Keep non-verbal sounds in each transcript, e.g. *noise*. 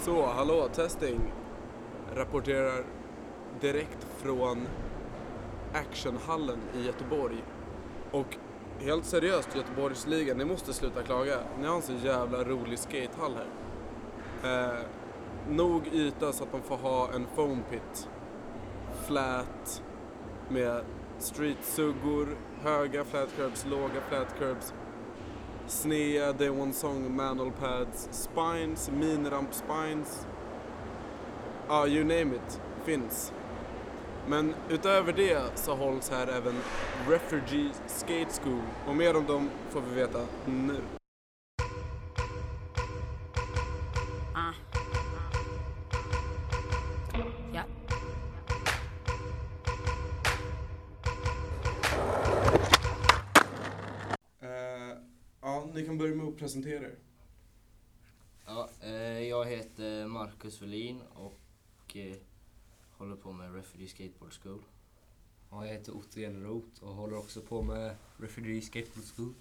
Så, hallå, testing. Rapporterar direkt från actionhallen i Göteborg. Och helt seriöst Göteborgsligan, ni måste sluta klaga. Ni har en så jävla rolig skatehall här. Eh, nog yta så att man får ha en foam pit. Flat med streetsuggor, höga flat curbs, låga flat curbs. Snea, Day One Song, Manol Pads, Spines, Miniramp Spines. Ja, you name it. Finns. Men utöver det så hålls här även Refugee Skate School och mer om dem får vi veta nu. Uh. Yep. Eh, ja, ni kan börja med att presentera er. Ja, eh, jag heter Marcus Wallin och eh, håller på med Refugee Skateboard School. Ja, jag heter Otto Eneroth och håller också på med Refugee Skateboard School.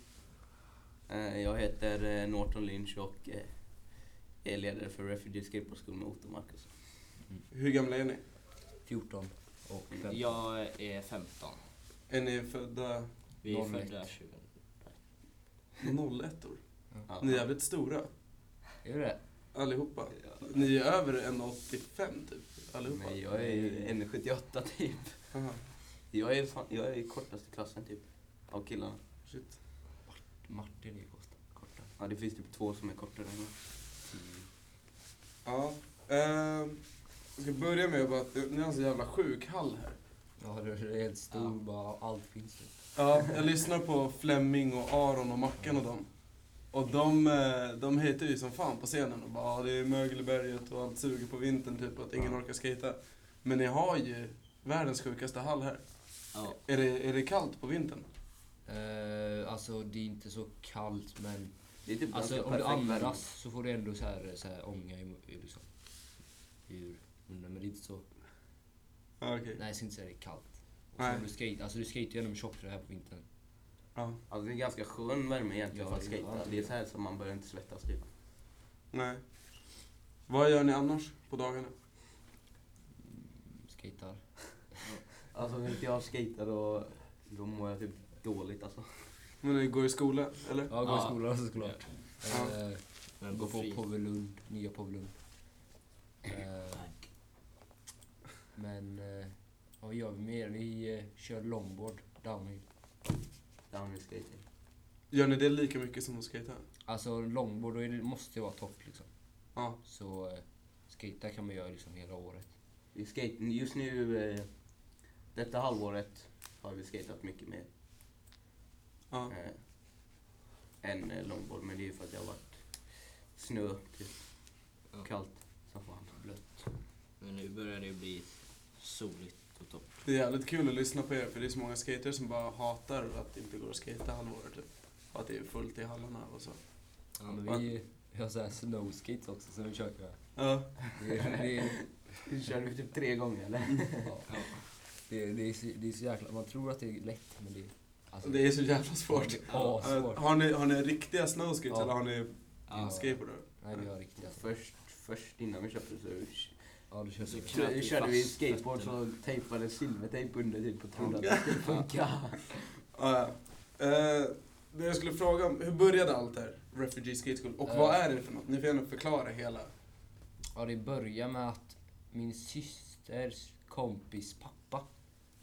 Eh, Jag heter eh, Norton Lynch och eh, är ledare för Refugee Skateboard School med Otto och Marcus. Hur gamla är ni? 14 och 15. Jag är 15. Är ni födda Vi är 01. födda 20. 01 år? Ja. Ni är jävligt stora, Är du det? allihopa. Ni är över 1,85 typ, allihopa. Men jag är ju 1,78 typ. Aha, Jag är, fan, jag är kortast i klassen typ, av killarna. shit. Martin är ju kost- korta. Ja, det finns typ två som är kortare än mig. Ja. ehm, jag ska börja med att bara att ni har en så jävla sjuk hall här. Ja, du är helt stor, Ja. bara allt finns där. Ja, jag lyssnar på Flemming och Aron och Mackan och dem. Och de, eh, de heter ju som fan på scenen och bara "Ah, det är mögelberget och allt suger på vintern typ och att ingen orkar skata. Men ni har ju världens sjukaste hall här. Ja, Är det, är det kallt på vintern? Eh, alltså det är inte så kallt men Det är typ alltså, ganska om du perfekt värme. andas så får du ändå så här, så här ånga i, i, liksom, ur munnen. Men det är inte så, Ja, okej. nej jag ska inte säga det är kallt. Och Nej. så om du skate, alltså du skate ju genom tjockträ här på vintern. Ja, Alltså det är ganska skön värme egentligen Ja, för att det är skejta. varmt. Det är så här som man börjar inte svettas typ. nej. Vad gör ni annars på dagarna? Skatar. Alltså om inte jag skejtar då, då mår jag typ dåligt alltså. Men ni går i skola, eller? Ja, går i Ja. skolan såklart. Ja. Eh, men Gå på på fri. Povelund, nya Povelund. *clears throat* Eh, men eh, vad gör vi mer? Vi eh, kör longboard, downhill. Downhill skating. Gör ni det lika mycket som att skata? Alltså longboard, då är det, måste ju vara topp liksom. Ja. Så eh, skata kan man göra liksom hela året. Vi skate, just nu, eh, detta halvåret, har vi skatat mycket mer. ja. eh, en eh, longboard. Men det är ju för att jag har varit snö, typ. Ja. Kallt som fan. blött. Men nu börjar det bli soligt och topp. Det är jävligt kul att lyssna på er för det är så många skaters som bara hatar att det inte går att skata halvåret typ. Och att det är fullt i hallarna och så. Ja, men vi, vi har så här snowskates också som vi kör. med. Ja. Det är, det, är, Du körde vi typ tre gånger eller? *laughs* ja, det, är, det, är så, det är så jäkla... Man tror att det är lätt men det är... Alltså, Det är så jävla ja, svårt. det är Eh, assvårt. Har ni, har ni riktiga snowskates Ja. eller har ni Ja. skateboardar? Nej, vi har riktigt alltså. först, först innan vi köpte så Ja, du kör Så så. kul. kö- vi körde vi fast skateboard så fötterna. tejpade silvertejp under typ och trodde att det skulle funka. Ja. ja. Eh, Det jag skulle fråga om, hur började allt det här? Refugee Skate School. Och Eh. vad är det för något? Ni får gärna förklara hela. Ja, det började med att min systers kompis pappa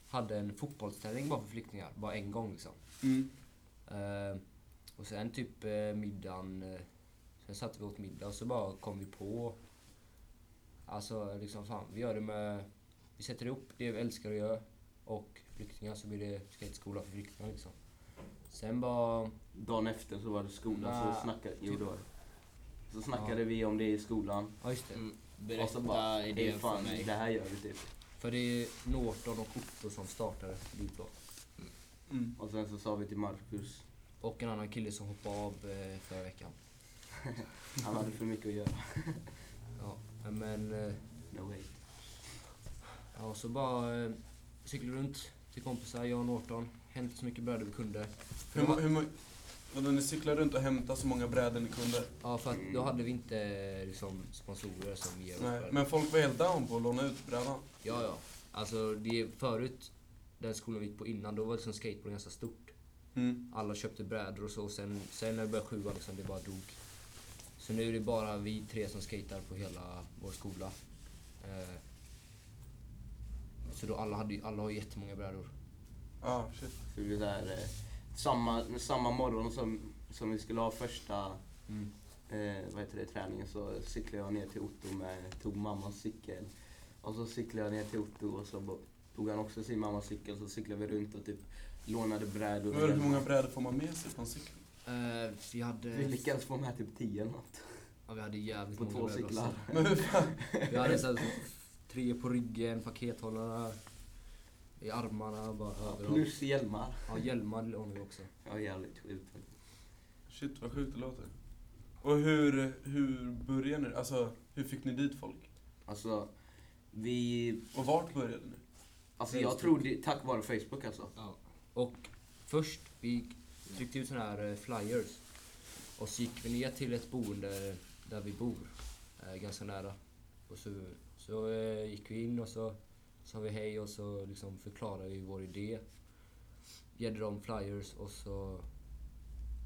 hade en fotbollstävling bara för flyktingar, bara en gång liksom. Mm. Eh, och sen typ eh, middagen, eh, sen satt vi åt middag och så bara kom vi på, alltså liksom fan, vi gör det med, vi sätter ihop det vi älskar att göra och flyktingar så blir det skateskola för flyktingar liksom. Sen bara, Dagen efter så var det skolan Nej, så snackade, jo, typ. det var det. Så snackade vi om det i skolan. ja just det. Mm, Och så bara, berätta "Hej, idén för fan, det mig. här gör vi typ. För det är Norton och Otto som startade dit då. Mm. Och sen så sa vi till Marcus, Och en annan kille som hoppade av eh, förra veckan. han hade för mycket att göra. Ja, men... eh, No way. Ja, så bara eh, cyklade runt till kompisar, jag och Norton. Hämtade så mycket bröd vi kunde. För Hur, det må- var, hur, må- Vadå, ni cyklar runt och hämtar så många brädor ni kunde? Ja, för att då hade vi inte eh, liksom, sponsorer som ger oss Nej, brädor. men folk var helt down på att låna ut brädan. Ja, ja. Alltså, det, förut, den skolan vi gick på innan, då var liksom skateboard ganska stort. Mm. Alla köpte brädor och så. Och sen, sen när vi började sjuan, liksom, det bara dog. Så nu är det bara vi tre som skatar på hela vår skola. Eh, så då alla, hade, ju- alla har jättemånga brädor. Ah, shit. Så det blir så här, eh, samma, samma morgon som, som vi skulle ha första Mm. eh, vad heter det, träningen så cyklade jag ner till Otto med, tog mammas cykel. Och så cyklade jag ner till Otto och så bo- tog han också sin mammas cykel så cyklade vi runt och typ lånade brädor. Men vadå, hur många brädor får man med sig på en cykel? Eh, vi hade... Vi lyckades få med typ tio eller något Ja, vi hade jävligt på många två brädor också. cyklar. Men hur fan? Vi hade så här, *laughs* tre på ryggen, pakethållare, i armarna, bara överallt. Plus hjälmar. Ja, hjälmar lånade vi också. Ja, jävligt sjukt. Shit vad sjukt det låter. Och hur, hur började ni? Alltså, hur fick ni dit folk? Alltså, vi... Och vart började ni? Alltså jag tror det tack vare Facebook alltså. Och först, vi tryckte ut såna här eh, flyers. Och så gick vi ner till ett boende där vi bor, eh, ganska nära. Och så, så eh, gick vi in och så sa vi hej och så liksom förklarade vi vår idé. Gav dem flyers och så...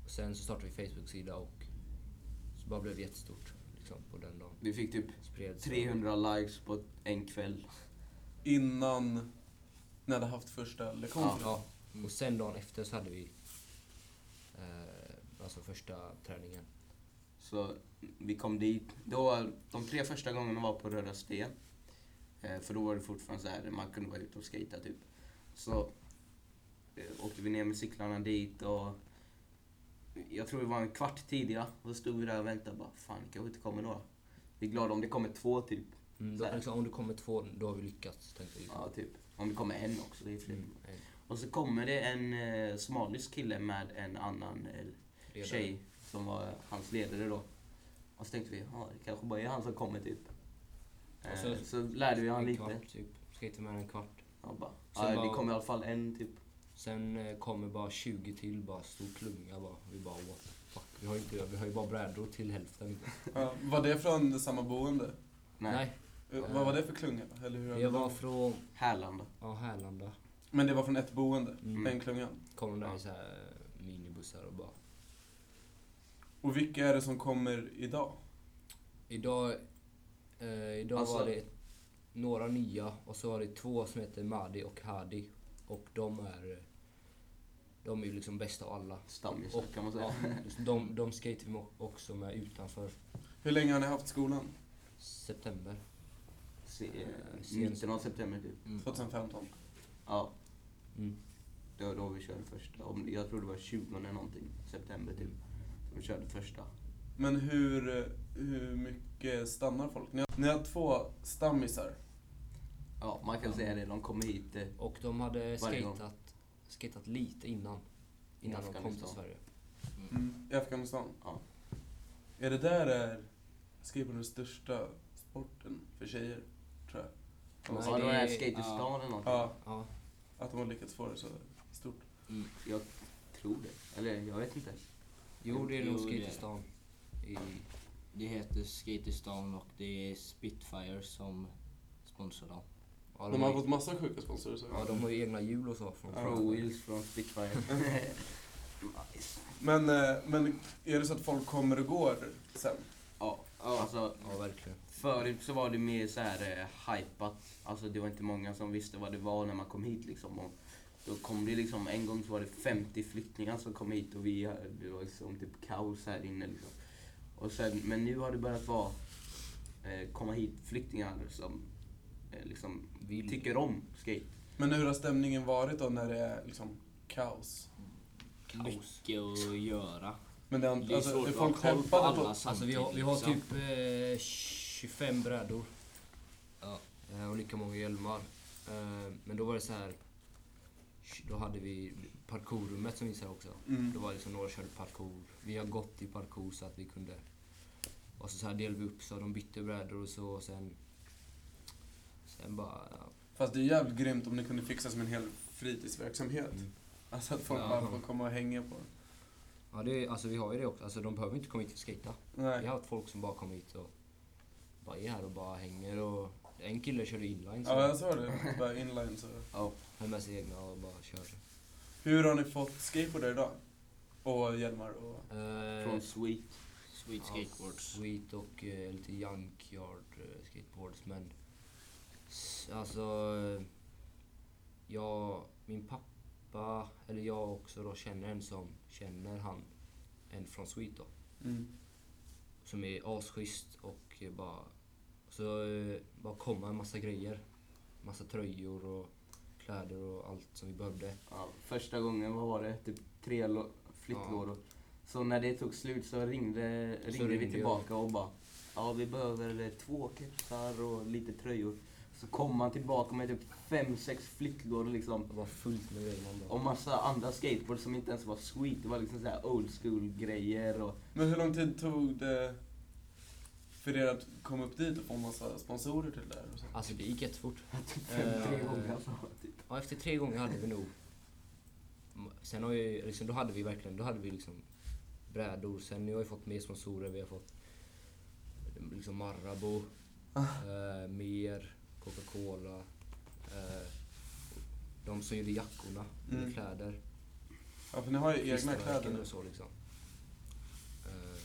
Och sen så startade vi Facebook-sida och så bara blev det jättestort liksom, på den dagen. Vi fick typ Spreds. 300 likes på en kväll. Innan ni hade haft första lektionen? Ja, och sen dagen efter så hade vi eh, alltså första träningen. Så vi kom dit. Då, de tre första gångerna var på Röda Sten. Eh, för då var det fortfarande så här, man kunde vara ute och skejta typ. Så eh, åkte vi ner med cyklarna dit och jag tror vi var en kvart tidiga. Och så stod vi där och väntade bara, fan det kanske inte kommer några. Vi är glada om det kommer två typ. Mm, Så då, här. liksom, om det kommer två, då har vi lyckats. Tänkte vi. Ja, typ. Om det kommer en också, det är fler. Mm, en Och så kommer det en eh, somalisk kille med en annan eh, ledare. tjej som var hans ledare då. Och så tänkte vi, ja det kanske bara är han som kommer typ. Och Så, så- eh, så lärde vi han En lite. Kvart, typ. Skejtade med en kvart. Och bara, Sen ja, det bara- kommer i alla fall en typ. Sen eh, kommer bara 20 till, bara stor klunga bara. Vi bara what the fuck. Vi har, ju inte, vi har ju bara brädor till hälften. Ja, Var det från samma boende? Nej, Nej, Eh, Vad var det för klunga? Eller hur jag var från Härlanda. ja, Härlanda. Men det var från ett boende, Mm. den klungan. Kom där i så här eh, minibussar och bara. Och vilka är det som kommer idag? Idag, eh, idag Alltså- var det några nya och så var det två som heter Madi och Hadi. Och de är eh, de är ju liksom bäst av alla. Stammisar kan man säga. Ja, de, de skater vi också med utanför Hur länge har ni haft skolan? Mm. september. *laughs* Se, eh, Eh, sen- mitten av september typ. Mm. 2015? Ja, Mm. det var då vi körde första. Om- Jag tror det var 20 eller någonting. September typ. Vi körde första. Men hur, eh, hur mycket stannar folk? Ni har, ni har två stammisar. Ja, man kan säga det. De kommer hit. eh, Och de hade Varje gång. skatat, skatat lite innan. Innan de kom till Afghanistan. Sverige. Mm. Mm, I Afghanistan? Ja. Är det där är skateboard den största sporten för tjejer? Tror jag. Nej, Ja, det var det- en skaterstan ja. eller någonting. Ja, Ja, att de har lyckats få det så stort. Mm. Jag tror det. Eller jag vet inte. jo det är nog Jo, det är det. skaterstan. I, Det heter Skaterstan och det är Spitfire som sponsrar dem. ja, De har ju- fått massa sjuka sponsorer. Så. ja, de har ju egna hjul och så. Från Pro Wheels från Spitfire. nice. Men, eh, men är det så att folk kommer och går sen? Ja, alltså Ja, verkligen. förut så var det mer så här eh, hypat. Alltså det var inte många som visste vad det var när man kom hit liksom. Och då kom det liksom, en gång så var det 50 flyktingar som kom hit och vi, eh, det var liksom typ kaos här inne liksom. Och sen, men nu har det börjat vara, eh, komma hit flyktingar som eh, liksom Vill. tycker om skate. Men hur har stämningen varit då när det är liksom kaos? Kaos. Mycket att göra. Men det, har- Det är alltså, svårt är att ha folk koll på peppade alla på... Alltså vi samtidigt. har, vi har liksom. typ eh, 25 brädor. Ja. Eh, och lika många hjälmar. Eh, men då var det så här. Då hade vi parkourrummet som visade också. Mm. Då var det liksom några körde parkour. Vi har gått i parkour så att vi kunde. Och så, så här delade vi upp så de bytte brädor och så och sen. Sen bara. Ja, Fast det är jävligt grymt om det kunde fixas som en hel fritidsverksamhet. Mm. Alltså att folk Ja. bara får komma och hänga på Ja, det, är- alltså vi har ju det också. Alltså de behöver inte komma hit och skejta. Vi Nej. har haft folk som bara kommer hit och bara är här och bara hänger och en kille körde inline så Ja, jag sa det. Bara inline så. höll med sig egna och bara körde. Hur har ni fått skateboardar idag? Och hjälmar och... Eh, Från Sweet. Sweet skateboards. Ja, sweet och eh, lite junkyard eh, skateboards men s- alltså eh, jag, min pappa, eller jag också då känner en som känner han, en från Sweet då, Mm. som är asschysst och eh, bara så eh, bara komma en massa grejer. Massa tröjor och kläder och allt som vi behövde. Ja, första gången, vad var det? Typ tre lo- flyttlådor. Så när det tog slut så ringde, Så ringde ringde vi jag. tillbaka och bara Ja, vi behöver eh, två kepsar och lite tröjor. Så kom han tillbaka med typ fem, sex flyttlådor liksom. Det var fullt med grejer man bara... Och massa andra skateboards som inte ens var sweet. Det var liksom så här old school grejer och *laughs* Men hur lång tid tog det för er att komma upp dit och få en massa sponsorer till det här? Och så? Alltså det gick jättefort. typ fem, tre Eh, gånger. fram, typ. Ja, efter tre gånger hade vi nog... Sen har ju, liksom, då hade vi verkligen, då hade vi liksom brädor. Sen har vi fått mer sponsorer, vi har fått liksom Marabou, Ah. eh, mer, Coca-Cola. Eh, de sydde jackorna, Mm. med kläder. Ja, för ni har ju egna Kristna kläder märken nu. och så liksom. Eh,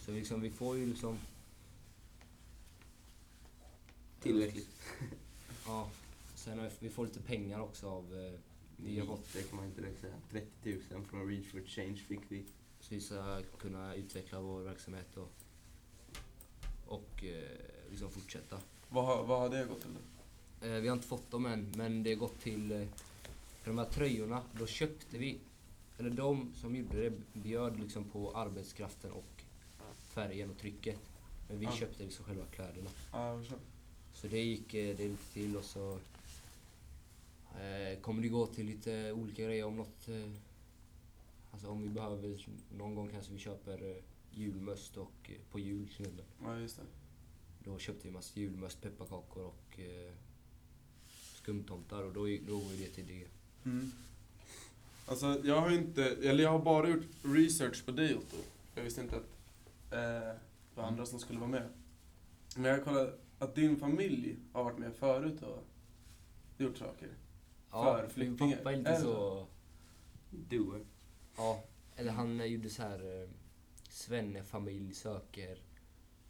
så liksom, vi får ju liksom, Tillräckligt. ja. Sen har vi, vi får lite pengar också av, eh, Vi har fått- Det kan man inte direkt säga. 30 000 från Reach for Change fick vi. så vi ska kunna utveckla vår verksamhet och, och eh, liksom fortsätta. Vad har, vad har det gått till? då? Eh, vi har inte fått dem än, men det har gått till... Eh, för de här tröjorna, då köpte vi... Eller de som gjorde det bjöd liksom på arbetskraften och färgen och trycket. Men vi Ja. köpte liksom själva kläderna. Ja, jag förstår. Så det gick eh, det lite till och så eh, kommer det gå till lite olika grejer om något. Eh, alltså om vi behöver, någon gång kanske vi köper eh, julmöst och eh, på jul till exempel. Ja, just det. Då köpte vi massa julmöst, pepparkakor och eh, skumtomtar och då, då går ju det till det. Mm. Alltså, jag har ju inte, eller jag har bara gjort research på dig Otto. Jag visste inte att eh, det var andra som skulle vara med. Men jag har kollat att din familj har varit med förut och gjort saker. För min flyktingar, pappa är lite eller? så... Doer. Ja, eller han eh, gjorde så här eh, svennefamilj söker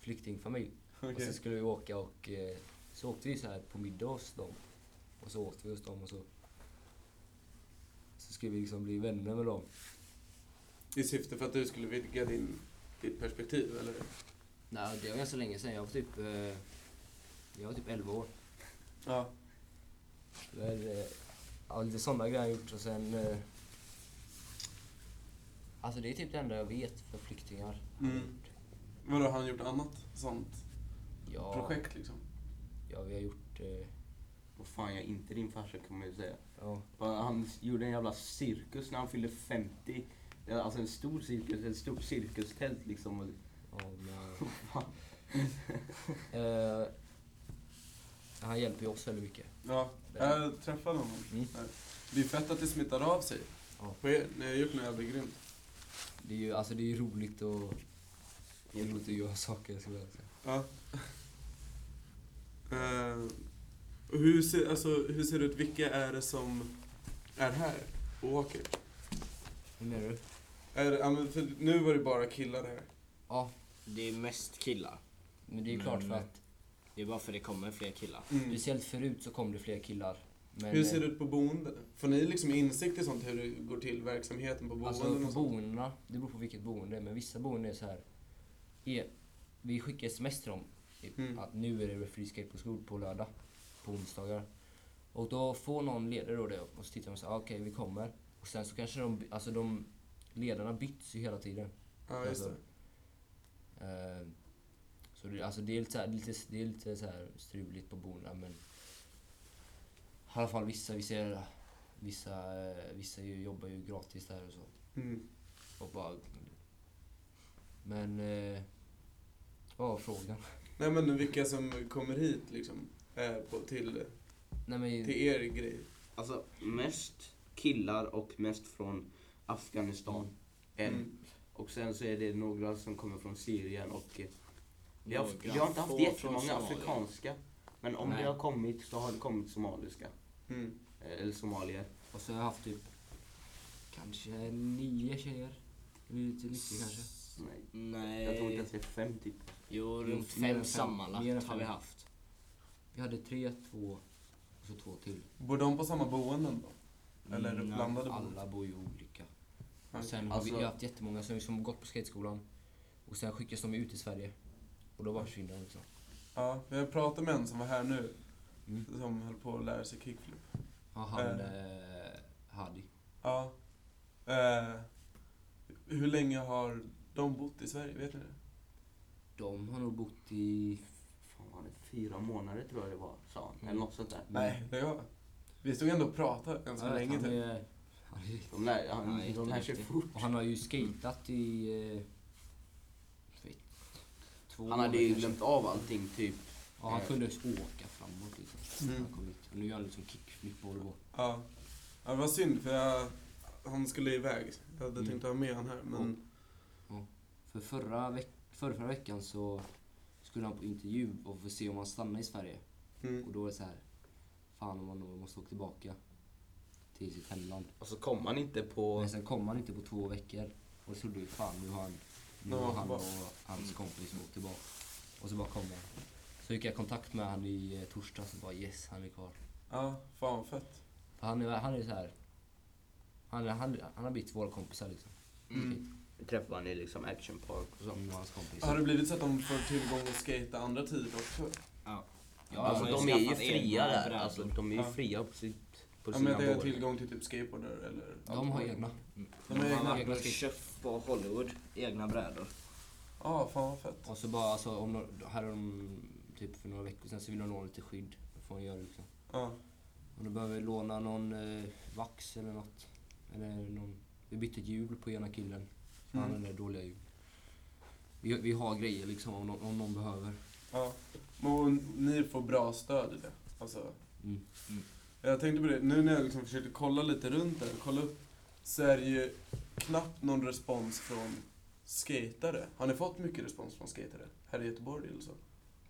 flyktingfamilj. Och Okej. sen skulle vi åka och eh, så åkte vi så här på middag hos dem. Och så åt vi hos dem och så så skulle vi liksom bli vänner med dem. I syfte för att du skulle vidga din, ditt perspektiv, eller? Nej, det var ganska länge sedan. Jag var typ, eh, jag var typ 11 år. Ja. Men, eh, ja, lite sådana grejer har jag gjort och sen... Eh, alltså det är typ det enda jag vet för flyktingar. Mm. Vadå, har han gjort annat sånt Ja, projekt liksom? Ja, vi har gjort... Eh, Vad fan, jag är inte din farsa kan man ju säga. ja, Bara Han gjorde en jävla cirkus när han fyllde 50. Det var Alltså en stor cirkus, ett stort cirkustält liksom. Och ja, *laughs* men, eh, han hjälper ju oss väldigt mycket. Ja, jag träffade honom. Mm. Det är fett att det smittar av sig. Ja. På er, ni har gjort något jävligt grymt. Det är ju alltså, det är ju roligt och... Det är roligt att göra saker, skulle jag säga. Ja. *laughs* Eh, och hur, ser, alltså, hur ser det ut? Vilka är det som är här och åker? Hur menar du? Är det, ja, men för nu var det bara killar här. Ja, Det är mest killar. men det är ju Men- klart för att... Det är bara för det kommer fler killar. Mm. Speciellt förut så kom det fler killar. Men, Hur ser eh, det ut på boende? Får ni liksom insikt i sånt hur det går till, verksamheten på Alltså boenden på och sånt? boendena, det beror på vilket boende, men vissa boenden är så här. Är, vi skickar sms till dem i- Mm. att nu är det free skate på skol på lördag, på onsdagar. Och då får någon ledare då det och så tittar de och säger ah, okej vi kommer. Och sen så kanske de, by- alltså de ledarna byts ju hela tiden. Ja, just det. alltså, Eh, så det, alltså det är lite, så här, lite, det är lite så här struligt på boendena men i alla fall vissa, vi ser, vissa, eh, vissa ju, jobbar ju gratis där och så. Mm. Och bara... Men... Eh, vad var frågan? *laughs* Nej men vilka som kommer hit liksom, eh, på, till, Nej men... till er grej. Alltså mest killar och mest från Afghanistan. En. Mm. Och sen så är det några som kommer från Syrien och eh, vi har, Några vi har inte få haft från jättemånga Somalia. afrikanska. Men om Nej. det har kommit så har det kommit somaliska. Mm. Eh, Eller somalier. Och så har jag haft typ kanske nio tjejer. Det blir lite lyckligt kanske. Nej. Nej. Jag tror inte ens det är fem typ. Jo, Jo, runt mer än fem fem. sammanlagt Mer än har vi fem. haft. Vi hade tre, två och så två till. Bor de på samma boenden då? Eller är det Mm, blandade Alla bor ju olika. Okej. Och sen har vi Alltså- jag har haft jättemånga som, som har gått på skateskolan och sen skickas de ut i Sverige. Och då bara försvinner de liksom. Ja, men jag pratade med en som var här nu. Mm. Som höll på att lära sig kickflip. Ja, han, Eh. eh, Hadi. Ja. Eh, hur länge har de bott i Sverige? Vet ni det? De har nog bott i... Fan var det? Fyra månader tror jag det var, sa han. Eller något sånt där. Nej, det var. Vi stod ändå och pratade än så Jag vet, länge. han typ. är- han är- De lär, han, Nej, de inte lär sig riktigt. fort. Och han har ju skatat i... Eh, vet, två Han hade månader ju kanske. glömt av allting typ. Ja, han kunde åka framåt liksom. Mm. Han kom hit. Och nu gör han liksom kickflip och håller Ja. ja, det var synd för jag, han skulle iväg. Jag hade Mm. tänkt ha med han här men... För förra, veck förra, förra veckan så skulle han på intervju och få se om han stannar i Sverige. Mm. Och då är det så här, fan om han nog måste åka tillbaka till sitt hemland. Och Alltså, så kom han inte på... Men sen kom han inte på två veckor. Och då trodde vi fan nu har han, nu Ja, har han och tillbaka. hans kompis åkt tillbaka. Och så bara kom han. Så fick jag kontakt med han i eh, torsdags och bara yes, han är kvar. Ja, fan fett. För han är, han är så här, han, är- han, han har blivit våra kompisar liksom. Mm. Vi träffade han i liksom Action Park och så. Mm, och hans kompis. Har det blivit så att de får tillgång att skata andra tider också? Ja, alltså han har de är ju skaffat fria egna där. brädor. Mm. Alltså, de är ju Ja. fria på, sitt, på Ja, men sina jag tänker board. tillgång till typ skateboardar eller... De har egna. De de har har egna. varit egna och skate- köpt på Hollywood, egna brädor. Ja, fan vad fett. Och så bara alltså, om no- här om typ för några veckor sedan så vill de låna lite skydd. Då får man göra det liksom. Ja. Och då behöver vi låna någon eh, vax eller något. Eller någon, vi bytte hjul på ena killen. För han Mm. hade dåliga hjul. Vi, vi har grejer liksom om, någon- om någon behöver. Ja. Men ni får bra stöd i det. Alltså. Mm. Mm. Jag tänkte på det, nu när jag liksom försökte kolla lite runt där, kolla upp, så är det ju knappt någon respons från skatare. Har ni fått mycket respons från skatare? Här i Göteborg eller så?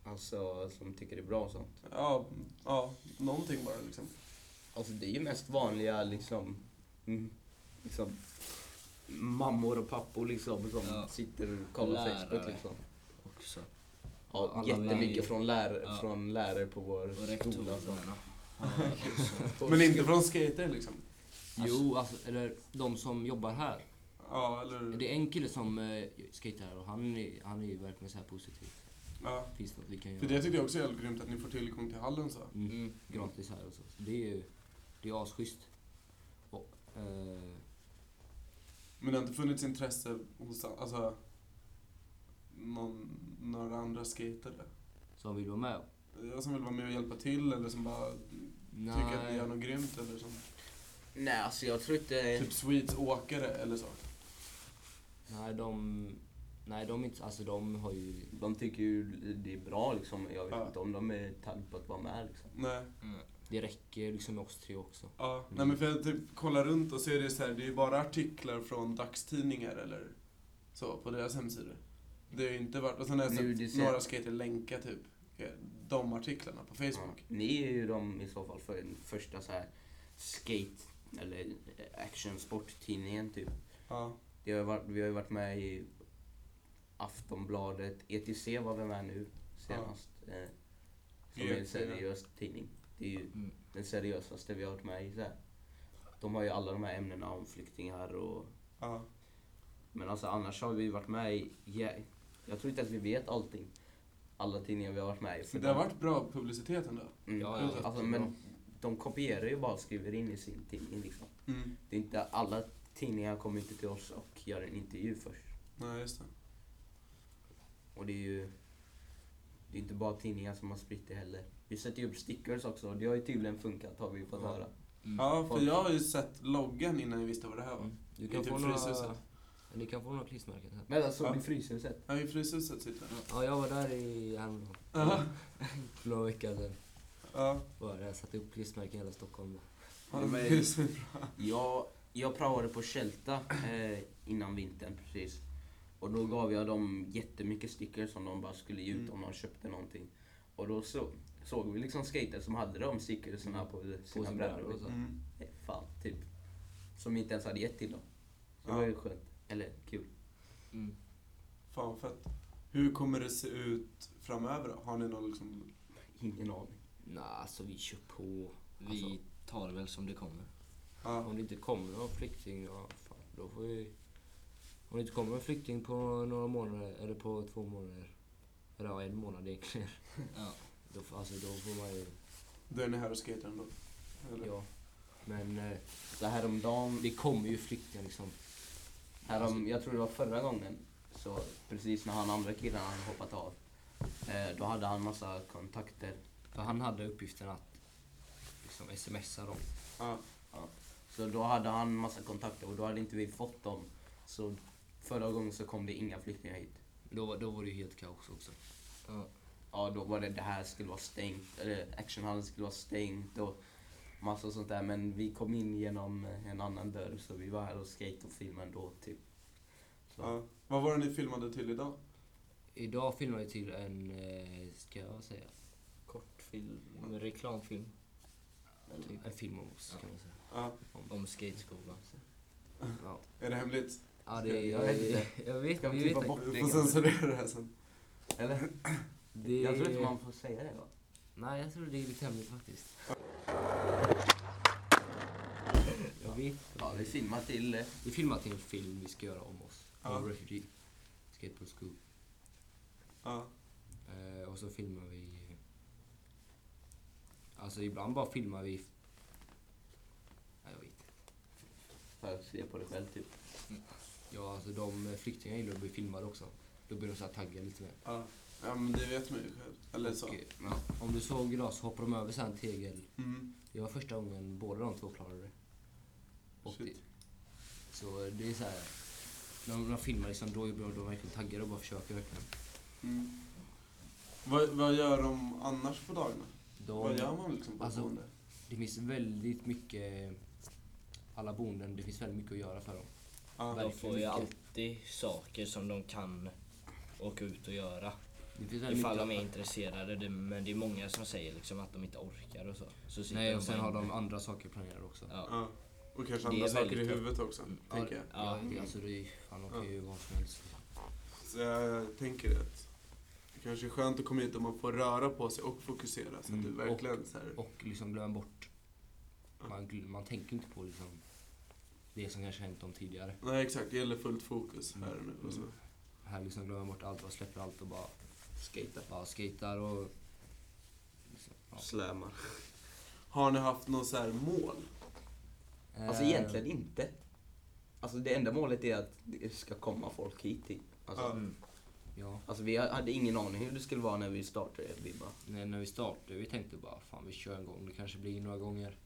Alltså som tycker det är bra och sånt. Ja, ja någonting bara liksom. Alltså det är ju mest vanliga liksom... Mm, liksom mammor och pappor liksom som Ja. sitter och kollar Lärare. Facebook liksom. Också. Ja, Alla jättemycket lärare. från, lärare, Ja. från lärare på vår Och skola. och sånt. rektorerna. har också- Men inte från skatare liksom? Jo, alltså, eller de som jobbar här. Ja, eller... Det är en kille som eh, skater här och han är, han är ju verkligen så här positiv. Ja. Finns det något vi kan För det göra? tyckte jag också är jävligt grymt att ni får tillgång till hallen så. Mm. Mm. gratis här och så. så det är ju det är asschysst. Och, eh, Men det har inte funnits intresse hos alltså, någon, några andra skatare? som vill vara med. Jag som vill vara med och hjälpa till eller som bara tycker att ni gör något grymt eller som Nej, alltså jag tror inte... typ Swedes åkare eller så? Nej, de... Nej, de är inte... Alltså de har ju... De tycker ju det är bra liksom. Jag vet Ja. inte om de är taggade på att vara med liksom. Nej. Mm, Det räcker liksom med oss tre också. Ja. Mm. Nej men för jag typ kollar runt och ser det så här, det är bara artiklar från dagstidningar eller så på deras hemsidor. Det har ju inte varit, och sen har jag Nu, det sett ser- några skater länka typ de artiklarna på Facebook. Ja. Ni är ju de i så fall för den första så här skate eller actionsporttidningen typ. Ja. Det har ju varit, vi har ju varit med i Aftonbladet, ETC var vi med nu senast. Eh, som är en ETC, E ja. seriös tidning. Det är ju Mm. den seriösaste vi har varit med i. Så här. De har ju alla de här ämnena om flyktingar och... Ja. Men alltså annars har vi varit med i... jä- Jag tror inte att vi vet allting. Alla tidningar vi har varit med i. Men för det har de- varit bra publicitet ändå. Mm. Ja, ja, alltså, jättebra. men de kopierar ju bara och skriver in i sin tidning. Liksom. Mm. Det är inte alla tidningar kommer inte till oss och gör en intervju först. Nej, just det. Och det är ju... Det är inte bara tidningar som har spritt det heller. Vi sätter ju upp stickers också och det har ju tydligen funkat har vi fått Ja. höra. Mm. Ja, för Folk- jag har ju sett loggan innan jag visste vad det här var. Du Det är kan typ få några... Fryshuset. Ni kan få några klistermärken sen. Men alltså Ja. du Fryshuset. Ja, i Fryshuset sitter den. Ja, jag var där i häromdagen. Ja. För några veckor sedan. Ja. Var jag satte upp klistermärken i hela Stockholm. Ja, Men- det är så bra. Jag, jag praoade på Kälta eh, innan vintern precis. Och då gav jag dem jättemycket stickers som de bara skulle ge ut om de köpte någonting. Och då så, såg vi liksom skater som hade de stickerserna på sina sin brädor. brädor Och och så. *laughs* så. Mm. Eh, Fan, typ. Som inte ens hade gett till dem. Så det Ja. var ju skönt. Eller kul. Mm. Fan vad fett. Hur kommer det se ut framöver då? Har ni någon liksom... Ingen aning. Nej, alltså vi kör på. Vi tar det väl som det kommer. Ja, Om det inte kommer någon flykting, ja fan, då får vi... Om det inte kommer någon flykting på några månader, eller på två månader, eller ja, en *laughs* månad egentligen, Ja. då, får- alltså, då får man ju... då är ni här och skater ändå? Eller? Ja. Men eh, det här om dagen, det kommer ju flyktingar liksom. Härom, jag tror det var förra gången, så precis när han andra killen hade hoppat av, eh, då hade han massa kontakter. För han hade uppgiften att liksom smsa dem. Ja. Så då hade han massa kontakter och då hade inte vi fått dem. Så förra gången så kom det inga flyktingar hit. Då, var- då var det ju helt kaos också. Ja, då var det det här skulle vara stängt, eller actionhallen skulle vara stängt och massa sånt där. Men vi kom in genom en annan dörr så vi var här och skate och filmade ändå typ. Så, ja. Vad var det ni filmade till idag? Idag filmade vi till en, eh, ska jag säga, Kortfilm, reklamfilm. Typ. en film om oss kan man säga. Ja. Om skateskolan. Ja, Är det hemligt? ja det, Jag jag, vet jag, inte. jag vet Ska vi vi klippa vet bort Vi det? får kanske? censurera det här sen. Eller? Det... Jag tror inte man får säga det va? Nej, jag tror det är lite hemligt faktiskt. Jag vet Ja, vi filmar till eh, Vi filmar till en film vi ska göra om oss. Ja. Om Refugee. Skateboard School. Ja. Eh, och så filmar vi... Alltså ibland bara filmar vi... Nej, jag vet inte. för att se på det själv typ. Ja, alltså de flyktingarna gillar att bli filmade också. Då blir de så här taggade lite mer. Ja. ja, men det vet man ju själv. Eller så. Och, eh, ja, om du såg idag så hoppade de över så här en tegel. Mm. Det var första gången båda de två klarade det. Och Shit. det så det är så här... När de filmar liksom, då är de de verkligen taggade och bara försöker verkligen. Mm. Vad, vad gör de annars på dagarna? De, Vad gör man liksom på alltså- boende? Det finns väldigt mycket, alla boenden, det finns väldigt mycket att göra för dem. Ja. Verkligen De får ju mycket. alltid saker som de kan åka ut och göra. Det finns väldigt Ifall de är mycket. intresserade. Det- Men det är många som säger liksom att de inte orkar och så. så sitter Nej, de och sen bara har de inne. andra saker planerade också. Ja. ja. Och Det kanske är andra saker i väldigt- huvudet också, Mm. tänker jag. Ja, Ja. det- alltså det är, fan, de kan ju vad som helst. Så jag tänker att det kanske är skönt att komma hit och man får röra på sig och fokusera så att du Mm, verkligen så här, Och liksom glömma bort, Ja. man, gl- man tänker inte på liksom det som kanske hänt dem tidigare. Nej exakt, det gäller fullt fokus här och nu alltså. och så. Mm. Här liksom glömmer man bort allt, och släpper allt och bara skater. Bara skater och... Liksom, ja. Slämar. Har ni haft något så här mål? Alltså Eh, egentligen inte. Alltså det enda målet är att det ska komma folk hit typ. Alltså, Ja. Mm. Ja, alltså vi hade ingen aning hur det skulle vara när vi startade. Vi bara, när, när vi startade vi tänkte bara fan vi kör en gång, det kanske blir några gånger.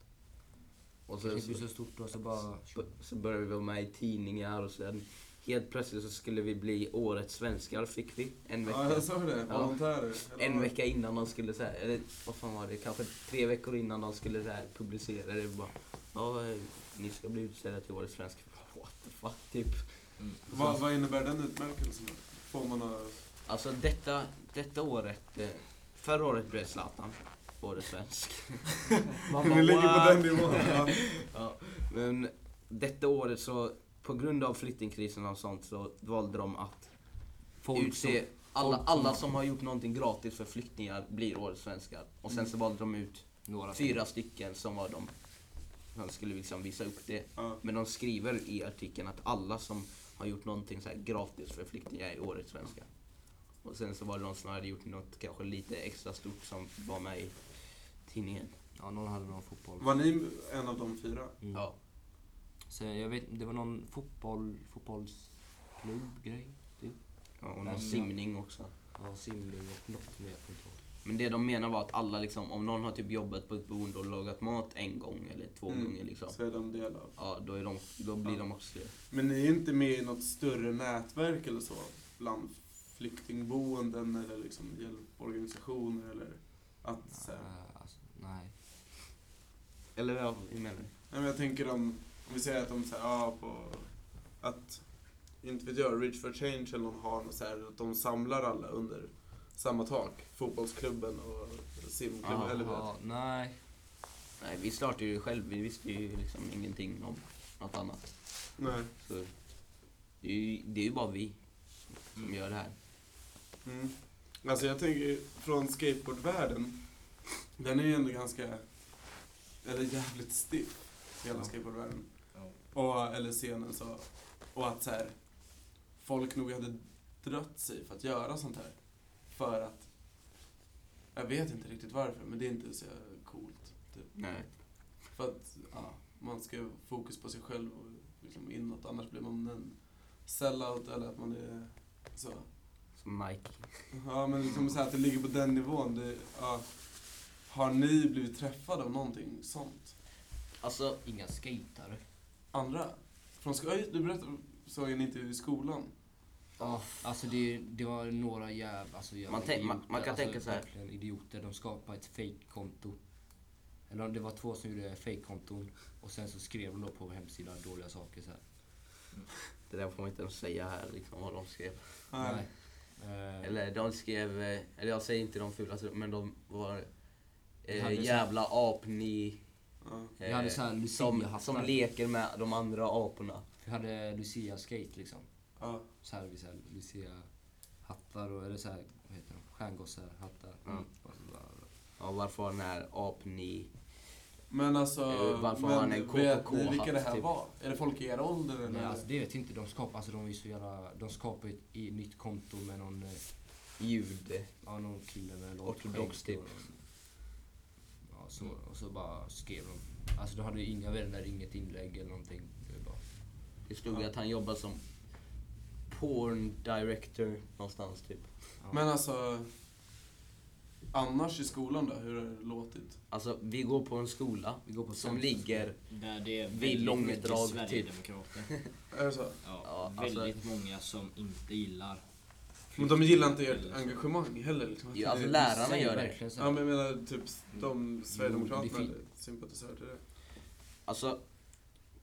och Det så, kanske så, blir så stort och så bara... så började vi vara med i tidningar och sen helt plötsligt så skulle vi bli årets svenskar fick vi. En vecka. Ja, jag sa det. Ja. Volontärer. En vecka innan de skulle så här, eller vad fan var det, kanske tre veckor innan de skulle så här, publicera det. Bara, ja, eh, ni ska bli utsedda till årets svensk. *laughs* What the fuck, typ. Mm. Vad, vad innebär den utmärkelsen? då? Får man några... Alltså detta, detta året, eh, förra året blev Zlatan årets *laughs* svensk. Man *laughs* bara, Ni ligger "What?" på den nivån. Ja. Ja, men detta året så, på grund av flyktingkrisen och sånt så valde de att Folk som utse alla, folk som- alla som har gjort någonting gratis för flyktingar blir årets svenskar. Och sen Mm. så valde de ut Några fyra stycken som var de som skulle liksom visa upp det. Ja. Men de skriver i artikeln att alla som har gjort någonting så här gratis för flyktingar är årets svenskar. Och sen så var det någon som hade gjort något kanske lite extra stort som var med i tidningen. Ja, någon hade någon fotboll. Var ni en av de fyra? Mm. Ja. Så jag vet det var någon fotboll, fotbollsklubbgrej. Typ. Ja, och Men- någon simning också. Ja, simning och något mer på ett år. Men det de menar var att alla liksom, om någon har typ jobbat på ett boende och lagat mat en gång eller två Mm. gånger liksom. Så är de del av. Ja, då, är de, då blir Ja. de också det. Men ni är inte med i något större nätverk eller så? Bland flyktingboenden eller liksom hjälporganisationer eller att så här, Eh, alltså, Äh, nej. Eller vad menar du? Nej, men jag tänker om, Om vi säger att de säger ja, på att, inte vet jag, Reach for Change eller någon har något så här, att de samlar alla under samma tak. Fotbollsklubben och simklubben. Aha. eller du vet. Ja, nej. Nej, vi startade ju själv. Vi visste ju liksom ingenting om något annat. Nej. Så det är ju, det är ju bara vi som gör det här. Mm. Alltså jag tänker ju från skateboardvärlden. Den är ju ändå ganska, eller jävligt stiff, hela Ja. skateboardvärlden. Ja. Och, eller scenen så. Och att så här, folk nog hade drött sig för att göra sånt här. För att, jag vet inte riktigt varför, men det är inte så coolt. Typ. Nej. För att ja, man ska fokus på sig själv och liksom inåt, annars blir man en sellout eller att man är så. Som Mike. Ja, men liksom så här att det ligger på den nivån. Det, ja. Har ni blivit träffade av någonting sånt? Alltså, Inga skejtare. Andra? Från sko- ja, just- du berättade, sa ju en intervju i skolan. Ja, alltså det, det var några jävla alltså jävla Man tänk- man- man kan alltså tänka så här. verkligen idioter. De skapade ett fake-konto. Eller det var två som gjorde fake-konton och sen så skrev de då på hemsidan dåliga saker så här. det där får man inte ens säga här liksom vad de skrev. Nej. Eh, Eller de skrev, eh, eller jag säger inte de fulaste, men de var Det hade eh, så- jävla apni. Ja. Eh, Vi hade så här som, Lucia-hattar. som leker med de andra aporna. Vi hade Lucia Skate liksom. Ja. Så här, vi så här Lucia-hattar och eller så här, vad heter de? Mm. Stjärngossar-hattar. Ja. Bla, bla, bla. Ja, varför har den här apni... Men alltså, Eh, varför men har han en vet ni KKK-hatt, vilka det här typ? var? Är det folk i er ålder eller? Nej, alltså, det vet jag inte. De skapar, alltså de är så jävla, de skapar ett, ett nytt konto med någon eh, ljud. Ja, någon kille med långt Ortodox skägg och- typ. Ja, så, och så bara skrev de. Alltså de hade inga vänner, inget inlägg eller någonting. Det var bara, Det stod Ja. att han jobbar som porn director någonstans typ. ja. Men alltså, annars i skolan då? Hur har det låtit? Alltså vi går på en skola vi går på som sämsta ligger... Där det är Vid väldigt mycket Långedrag, typ. Sverigedemokrater. Är det så? Ja, Ja, alltså- väldigt många som inte gillar. Men de gillar inte ert Eller så. engagemang heller liksom? Ja, alltså skolan. lärarna Säger gör det. verkligen så här. Ja, men jag menar typ Mm, de Sverigedemokraterna fin- eller sympatisörer till det. Alltså,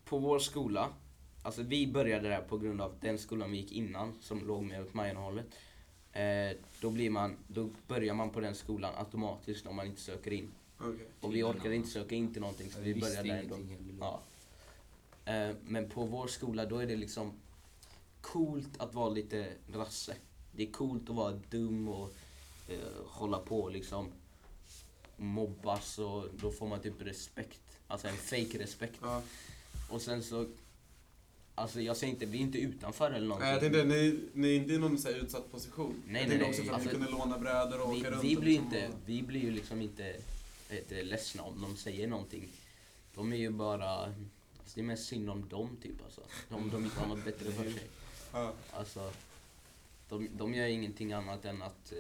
på vår skola, alltså vi började där på grund av den skolan vi gick innan som låg mer åt Majenhållet. Eh, då, blir man, då börjar man på den skolan automatiskt om man inte söker in. Okej. Och vi orkade inte söka in till någonting så Ja, vi visste började där ändå. ingenting heller. Ja. Eh, men på vår skola då är det liksom coolt att vara lite rasse. Det är coolt att vara dum och eh, hålla på och liksom mobbas och då får man typ respekt. Alltså en fake respekt. Ja. Och sen så, alltså jag säger inte, vi är inte utanför eller någonting. Nej, jag tänkte, ni, ni är inte i någon så här utsatt position. Nej, jag nej, tänkte nej. också för att Alltså, ni kunde låna bröder och vi, åka runt. vi, och blir liksom inte, vi blir ju liksom inte vad heter det, ledsna om de säger någonting. De är ju bara, alltså det är mest synd om dem typ alltså. Om de inte har något bättre för sig. Och, ja. Alltså, de, de gör ingenting annat än att eh,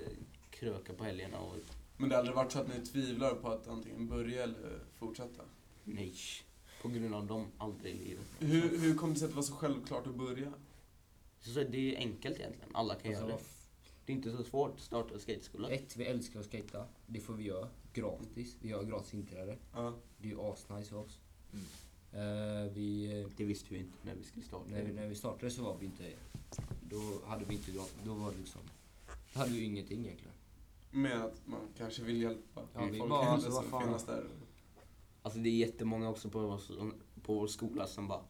kröka på helgerna och Men det har aldrig varit så att ni tvivlar på att antingen börja eller fortsätta? nej. På grund av dem, aldrig i livet. Hur, hur kom det sig att det var så självklart att börja? Så, så det är ju enkelt egentligen, alla kan Alltså, göra vad det. Det är inte så svårt att starta en skateskola. Ett, vi älskar att skejta. Det får vi göra. Gratis. Vi gör gratis inträde. Ja. Det är ju asnice för oss. Mm. Eh, vi, eh, Det visste vi inte när vi skulle starta. när, vi, när vi startade så var vi inte... Då hade vi inte gratis. Då var det liksom... Då hade vi ju ingenting egentligen. Med att man kanske vill hjälpa Ja, vi folk bara, hellre alltså, vad ska fan. finnas där. Alltså det är jättemånga också på vår, på vår skola som bara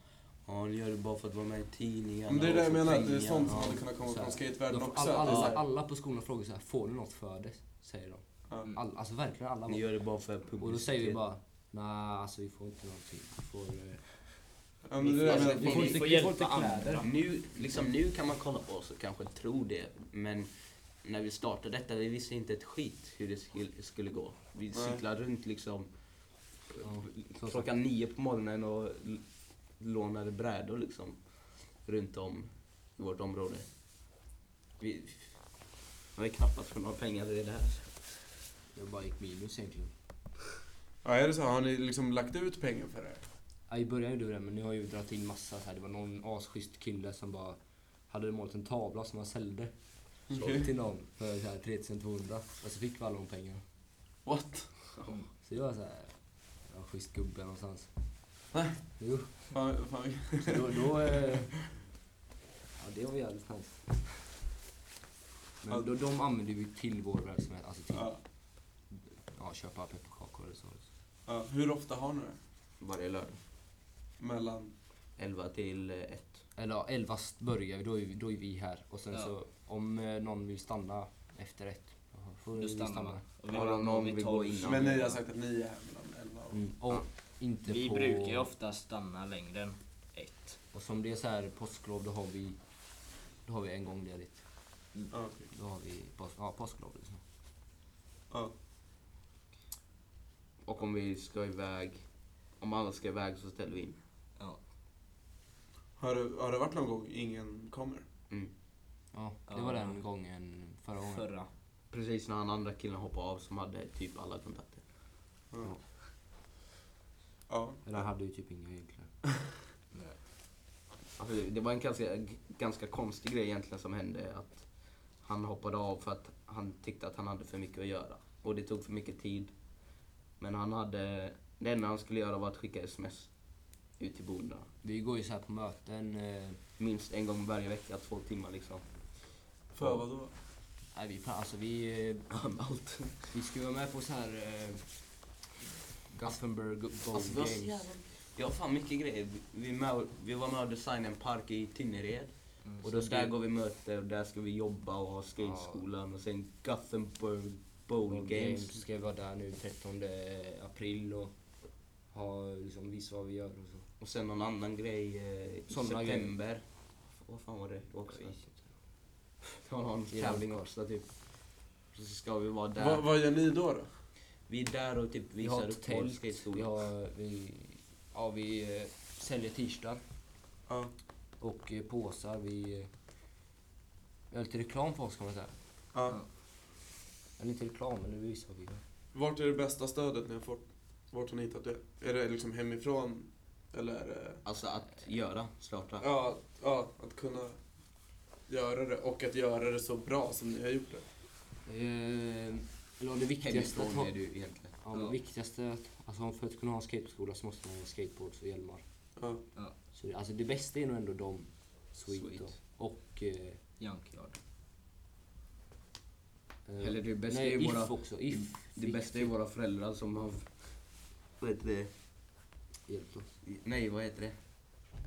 Ja, ni gör det bara för att vara med i tidningarna Men det är och det jag få menar, att det är pengar." sånt som Ja. hade kunnat komma så här. från skatevärlden De- också. Alltså, att det alla, är så alla, här- alla på skolan frågar så här, får du något för det? Säger de. Ja. All, alltså verkligen alla. Ni gör det bara för Och då säger publicitet. vi bara, nej alltså vi får inte någonting. Vi får, eh, Ja, men det är det jag menar. Vi får inte- får Alltså, vi hjälpa kläder. Nu, liksom, nu kan man kolla på oss och kanske tro det, men när vi startade detta, vi visste inte ett skit hur det skulle, skulle gå. Vi Nej. cyklade runt liksom Ja, så- klockan nio på morgonen och l- lånade brädor liksom runt om i vårt område. Vi vi har ju knappt fått några pengar i det här. Jag bara gick minus egentligen. Ja, är det så? Har ni liksom lagt ut pengar för det? Ja, I början gjorde vi det men nu har jag ju dragit in massa så här. Det var någon asschysst kille som bara hade målat en tavla som han sålde. Okej. Till någon för så här 3200. Och så fick vi alla de pengarna. What? Så jag var så här, ja, schysst gubbe någonstans. Nej. Jo. Fan, fan. Så då, då eh, Ja, det var jävligt nice. Men då, de använder vi till vår verksamhet, alltså till Ja, ja, köpa pepparkakor eller så. ja. Hur ofta har ni det? Varje lördag. Mellan... 11 till eh, 1. Eller ja, 11 börjar vi, då är vi, då är vi här. Och sen Ja. så om eh, någon vill stanna efter ett, ja, får Då vi stannar man. stanna. Och vi Har var någon nog vid vill gå 12. innan? Ja, men ni ja. har sagt att ni är här mellan 11 och... Mm. Och inte Vi på... brukar ju ofta stanna längre än ett. Och som det är så här påsklov, då har vi, då har vi en gång ledigt. Ja, okej. Då har vi pås, ja, påsklov liksom. ja. Och om vi ska iväg, om alla ska iväg så ställer vi in. Har, du, har det varit någon gång ingen kommer? Ja, det Ja. var den gången förra gången. Förra. Precis när han andra killen hoppade av som hade typ alla kontakter. Ja. Ja. Eller han hade ju typ inga egentligen. Alltså, det var en ganska, ganska konstig grej egentligen som hände. Att han hoppade av för att han tyckte att han hade för mycket att göra. Och det tog för mycket tid. Men han hade, det enda han skulle göra var att skicka sms ut till bondar. Vi går ju så här på möten. Eh, Minst en gång varje vecka, två timmar liksom. För vad då? nej, vi, fan, alltså vi, eh, Allt. vi ska ju vara med på så här eh, Gothenburg Bowl Alltså, det var så Games. jävla- Jag har fan mycket grejer. Vi, med, vi var med och designade en park i Tynnered. Mm. Och då Så där vi- går vi möte och där ska vi jobba och ha skateskolan och sen Gothenburg Bowl Bowl Games. Games ska ju vara där nu 13 april och ha, liksom, visa vad vi gör och så. Och sen någon annan grej eh, i Såna september. Vad fan var det också? Det var någon I tävling också typ. Och Så ska vi vara där. Vad, vad gör ni då? då? Vi är där och typ Vi har visar ett upp vår tält, vi, skateskola. har, vi, ja, vi eh, säljer t-shirtar Ja. och eh, påsar. Vi, eh, vi har lite reklam på oss kan man säga. Ja. Eller inte reklam, eller vi visar vad vi gör. Vart är det bästa stödet ni har fått? Vart har ni hittat det? Är det liksom hemifrån? Eller är det... Alltså att göra, starta. Ja, ja, att kunna göra det och att göra det så bra som ni har gjort det. Eh, eller det viktigaste att Hemifrån ha, är du egentligen. ja, det Ja. viktigaste att, alltså, för att kunna ha en skateskola så måste man ha skateboards och hjälmar. Ja. Så, det- alltså det bästa är nog ändå de, Sweet, Sweet. och, och eh, Junkyard. eh, Eller det bästa nej, är ju if våra- också, if. Det bästa är våra föräldrar som har... Vad heter det? Hjälpt oss. Nej, vad heter det?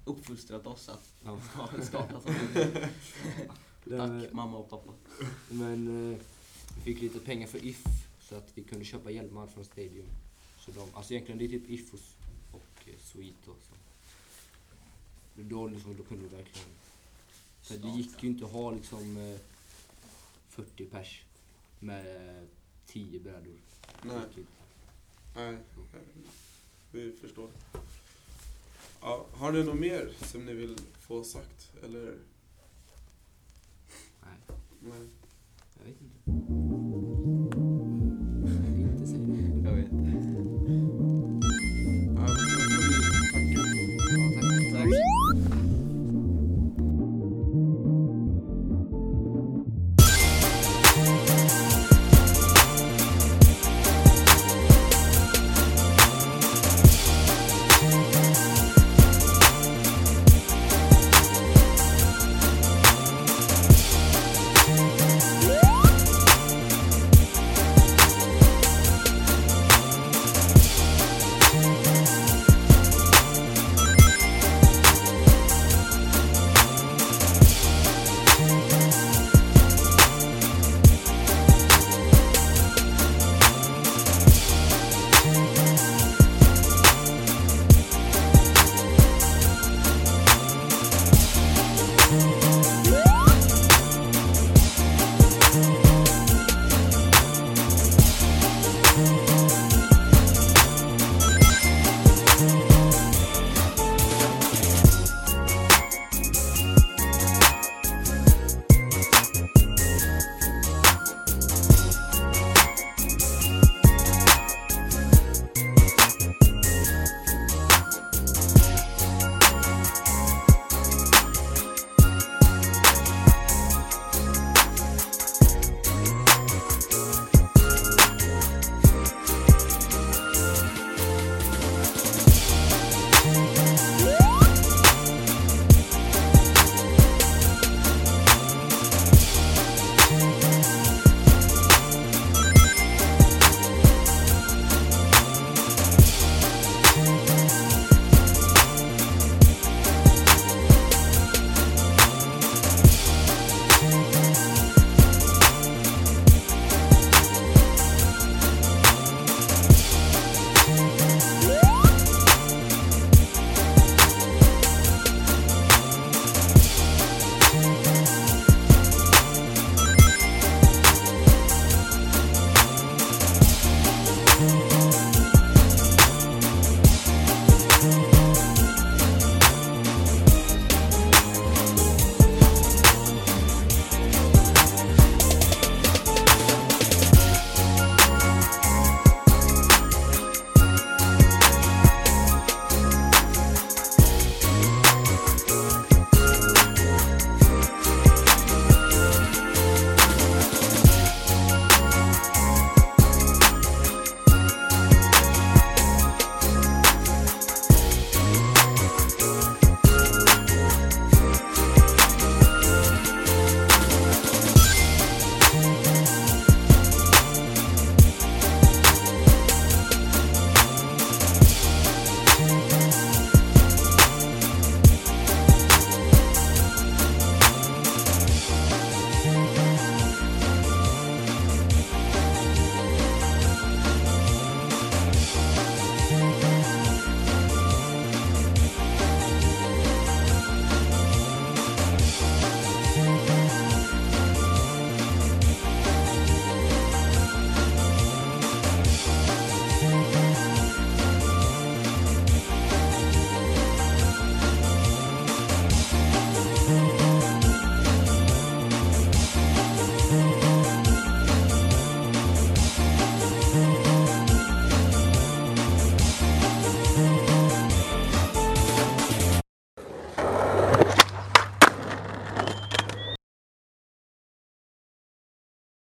Uppfostrat oss att *laughs* *laughs* Ja. ha en skata som vi Eh, Tack mamma och pappa. Men eh, vi fick lite pengar för If så att vi kunde köpa hjälmar från Stadium. Så de, alltså egentligen det är typ If och, s- och eh, Sweet och så. Men Då, liksom, då kunde vi verkligen... För det gick ju inte att ha liksom eh, 40 pers med eh, 10 brädor. Det Nej. gick inte. Nej, vi förstår. Ja, har ni något mer som ni vill få sagt? Eller? Nej, Nej. *laughs* jag vet inte.